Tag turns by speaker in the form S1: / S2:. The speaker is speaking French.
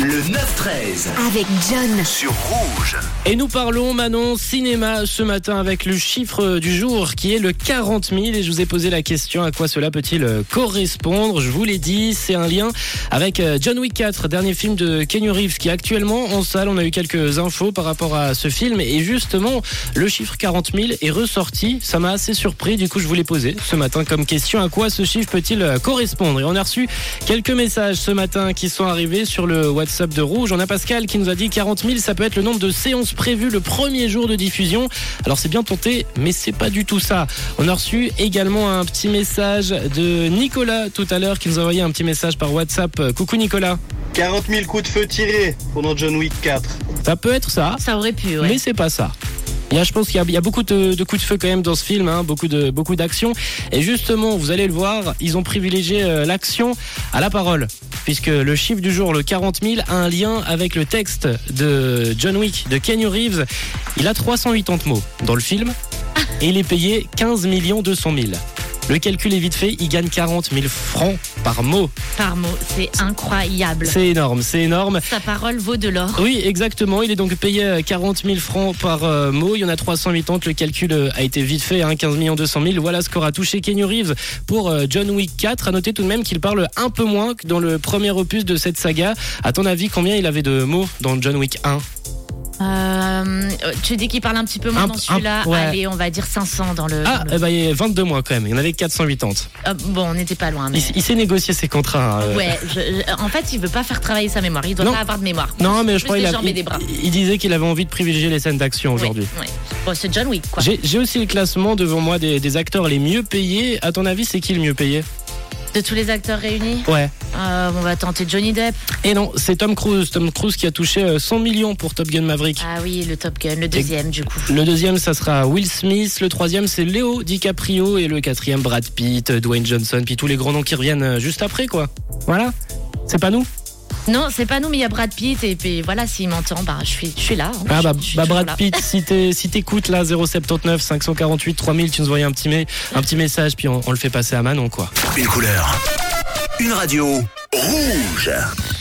S1: Le 9-13
S2: avec John.
S1: sur Rouge.
S3: Et nous parlons, Manon, cinéma ce matin avec le chiffre du jour qui est le 40 000. Et je vous ai posé la question à quoi cela peut-il euh, correspondre Je vous l'ai dit, c'est un lien avec euh, John Wick 4, dernier film de Kenny Reeves qui est actuellement en salle. On a eu quelques infos par rapport à ce film. Et justement, le chiffre 40 000 est ressorti. Ça m'a assez surpris. Du coup, je vous l'ai posé ce matin comme question. À quoi ce chiffre peut-il euh, correspondre Et on a reçu quelques messages ce matin qui sont arrivés sur le WhatsApp de Rouge. On a Pascal qui nous a dit 40 000, ça peut être le nombre de séances prévues le premier jour de diffusion. Alors c'est bien tenté, mais c'est pas du tout ça. On a reçu également un petit message de Nicolas tout à l'heure qui nous a envoyé un petit message par WhatsApp. Euh, Coucou Nicolas.
S4: 40 000 coups de feu tirés pendant John Wick 4.
S3: Ça peut être ça.
S2: Ça aurait pu, ouais.
S3: Mais c'est pas ça. Il y a, je pense qu'il y a, il y a beaucoup de, de coups de feu quand même dans ce film, hein, beaucoup de beaucoup d'action. Et justement, vous allez le voir, ils ont privilégié euh, l'action à la parole, puisque le chiffre du jour, le 40 000, a un lien avec le texte de John Wick, de Kenny Reeves. Il a 380 mots dans le film et il est payé 15 200 000. Le calcul est vite fait, il gagne 40 000 francs par mot.
S2: Par mot, c'est incroyable.
S3: C'est énorme, c'est énorme.
S2: Sa parole vaut de l'or.
S3: Oui, exactement. Il est donc payé euh, 40 000 francs par euh, mot. Il y en a 380. Le calcul euh, a été vite fait. Hein, 15 200 000. Voilà ce qu'aura touché Kenny Reeves pour euh, John Wick 4. À noter tout de même qu'il parle un peu moins que dans le premier opus de cette saga. À ton avis, combien il avait de mots dans John Wick 1
S2: Euh, tu dis qu'il parle un petit peu moins
S3: Un-
S2: dans celui-là.
S3: un- ouais.
S2: Allez, on va dire 500 dans le.
S3: Ah,
S2: dans le-
S3: eh ben, il y a 22 mois quand même. Il y en avait 480.
S2: Euh, bon, on n'était pas loin, mais.
S3: Il, il s'est négocié ses contrats. hein, euh.
S2: Ouais, je- je- en fait, il veut pas faire travailler sa mémoire. Il doit
S3: Non.
S2: pas avoir de mémoire.
S3: Non, mais je
S2: Plus
S3: crois
S2: des
S3: qu'il a-
S2: jambes et des bras.
S3: il- il disait qu'il avait envie de privilégier les scènes d'action aujourd'hui.
S2: Ouais, ouais. Bon, c'est John Wick, quoi.
S3: J'ai j'ai aussi le classement devant moi des, des acteurs les mieux payés. À ton avis, c'est qui le mieux payé
S2: De tous les acteurs réunis,
S3: Ouais.
S2: euh, on va tenter Johnny Depp.
S3: Et non, c'est Tom Cruise. Tom Cruise qui a touché euh, 100 millions pour Top Gun Maverick.
S2: Ah oui, le Top Gun, le deuxième, du coup.
S3: Le deuxième, ça sera Will Smith. Le troisième, c'est Léo DiCaprio. Et le quatrième, Brad Pitt, euh, Dwayne Johnson. Puis tous les grands noms qui reviennent euh, juste après, quoi. Voilà. C'est pas nous
S2: Non, c'est pas nous, mais il y a Brad Pitt. Et puis voilà, s'il m'entend, bah, je suis, je suis là. hein.
S3: Ah bah,
S2: Je- je suis
S3: bah,
S2: toujours
S3: Brad
S2: là.
S3: Pitt, si t'es- si t'écoutes là, 079 548 3000, tu nous envoyais un petit, mail, un petit message, puis on, on le fait passer à Manon, quoi.
S1: Une couleur. Une radio. Rouge.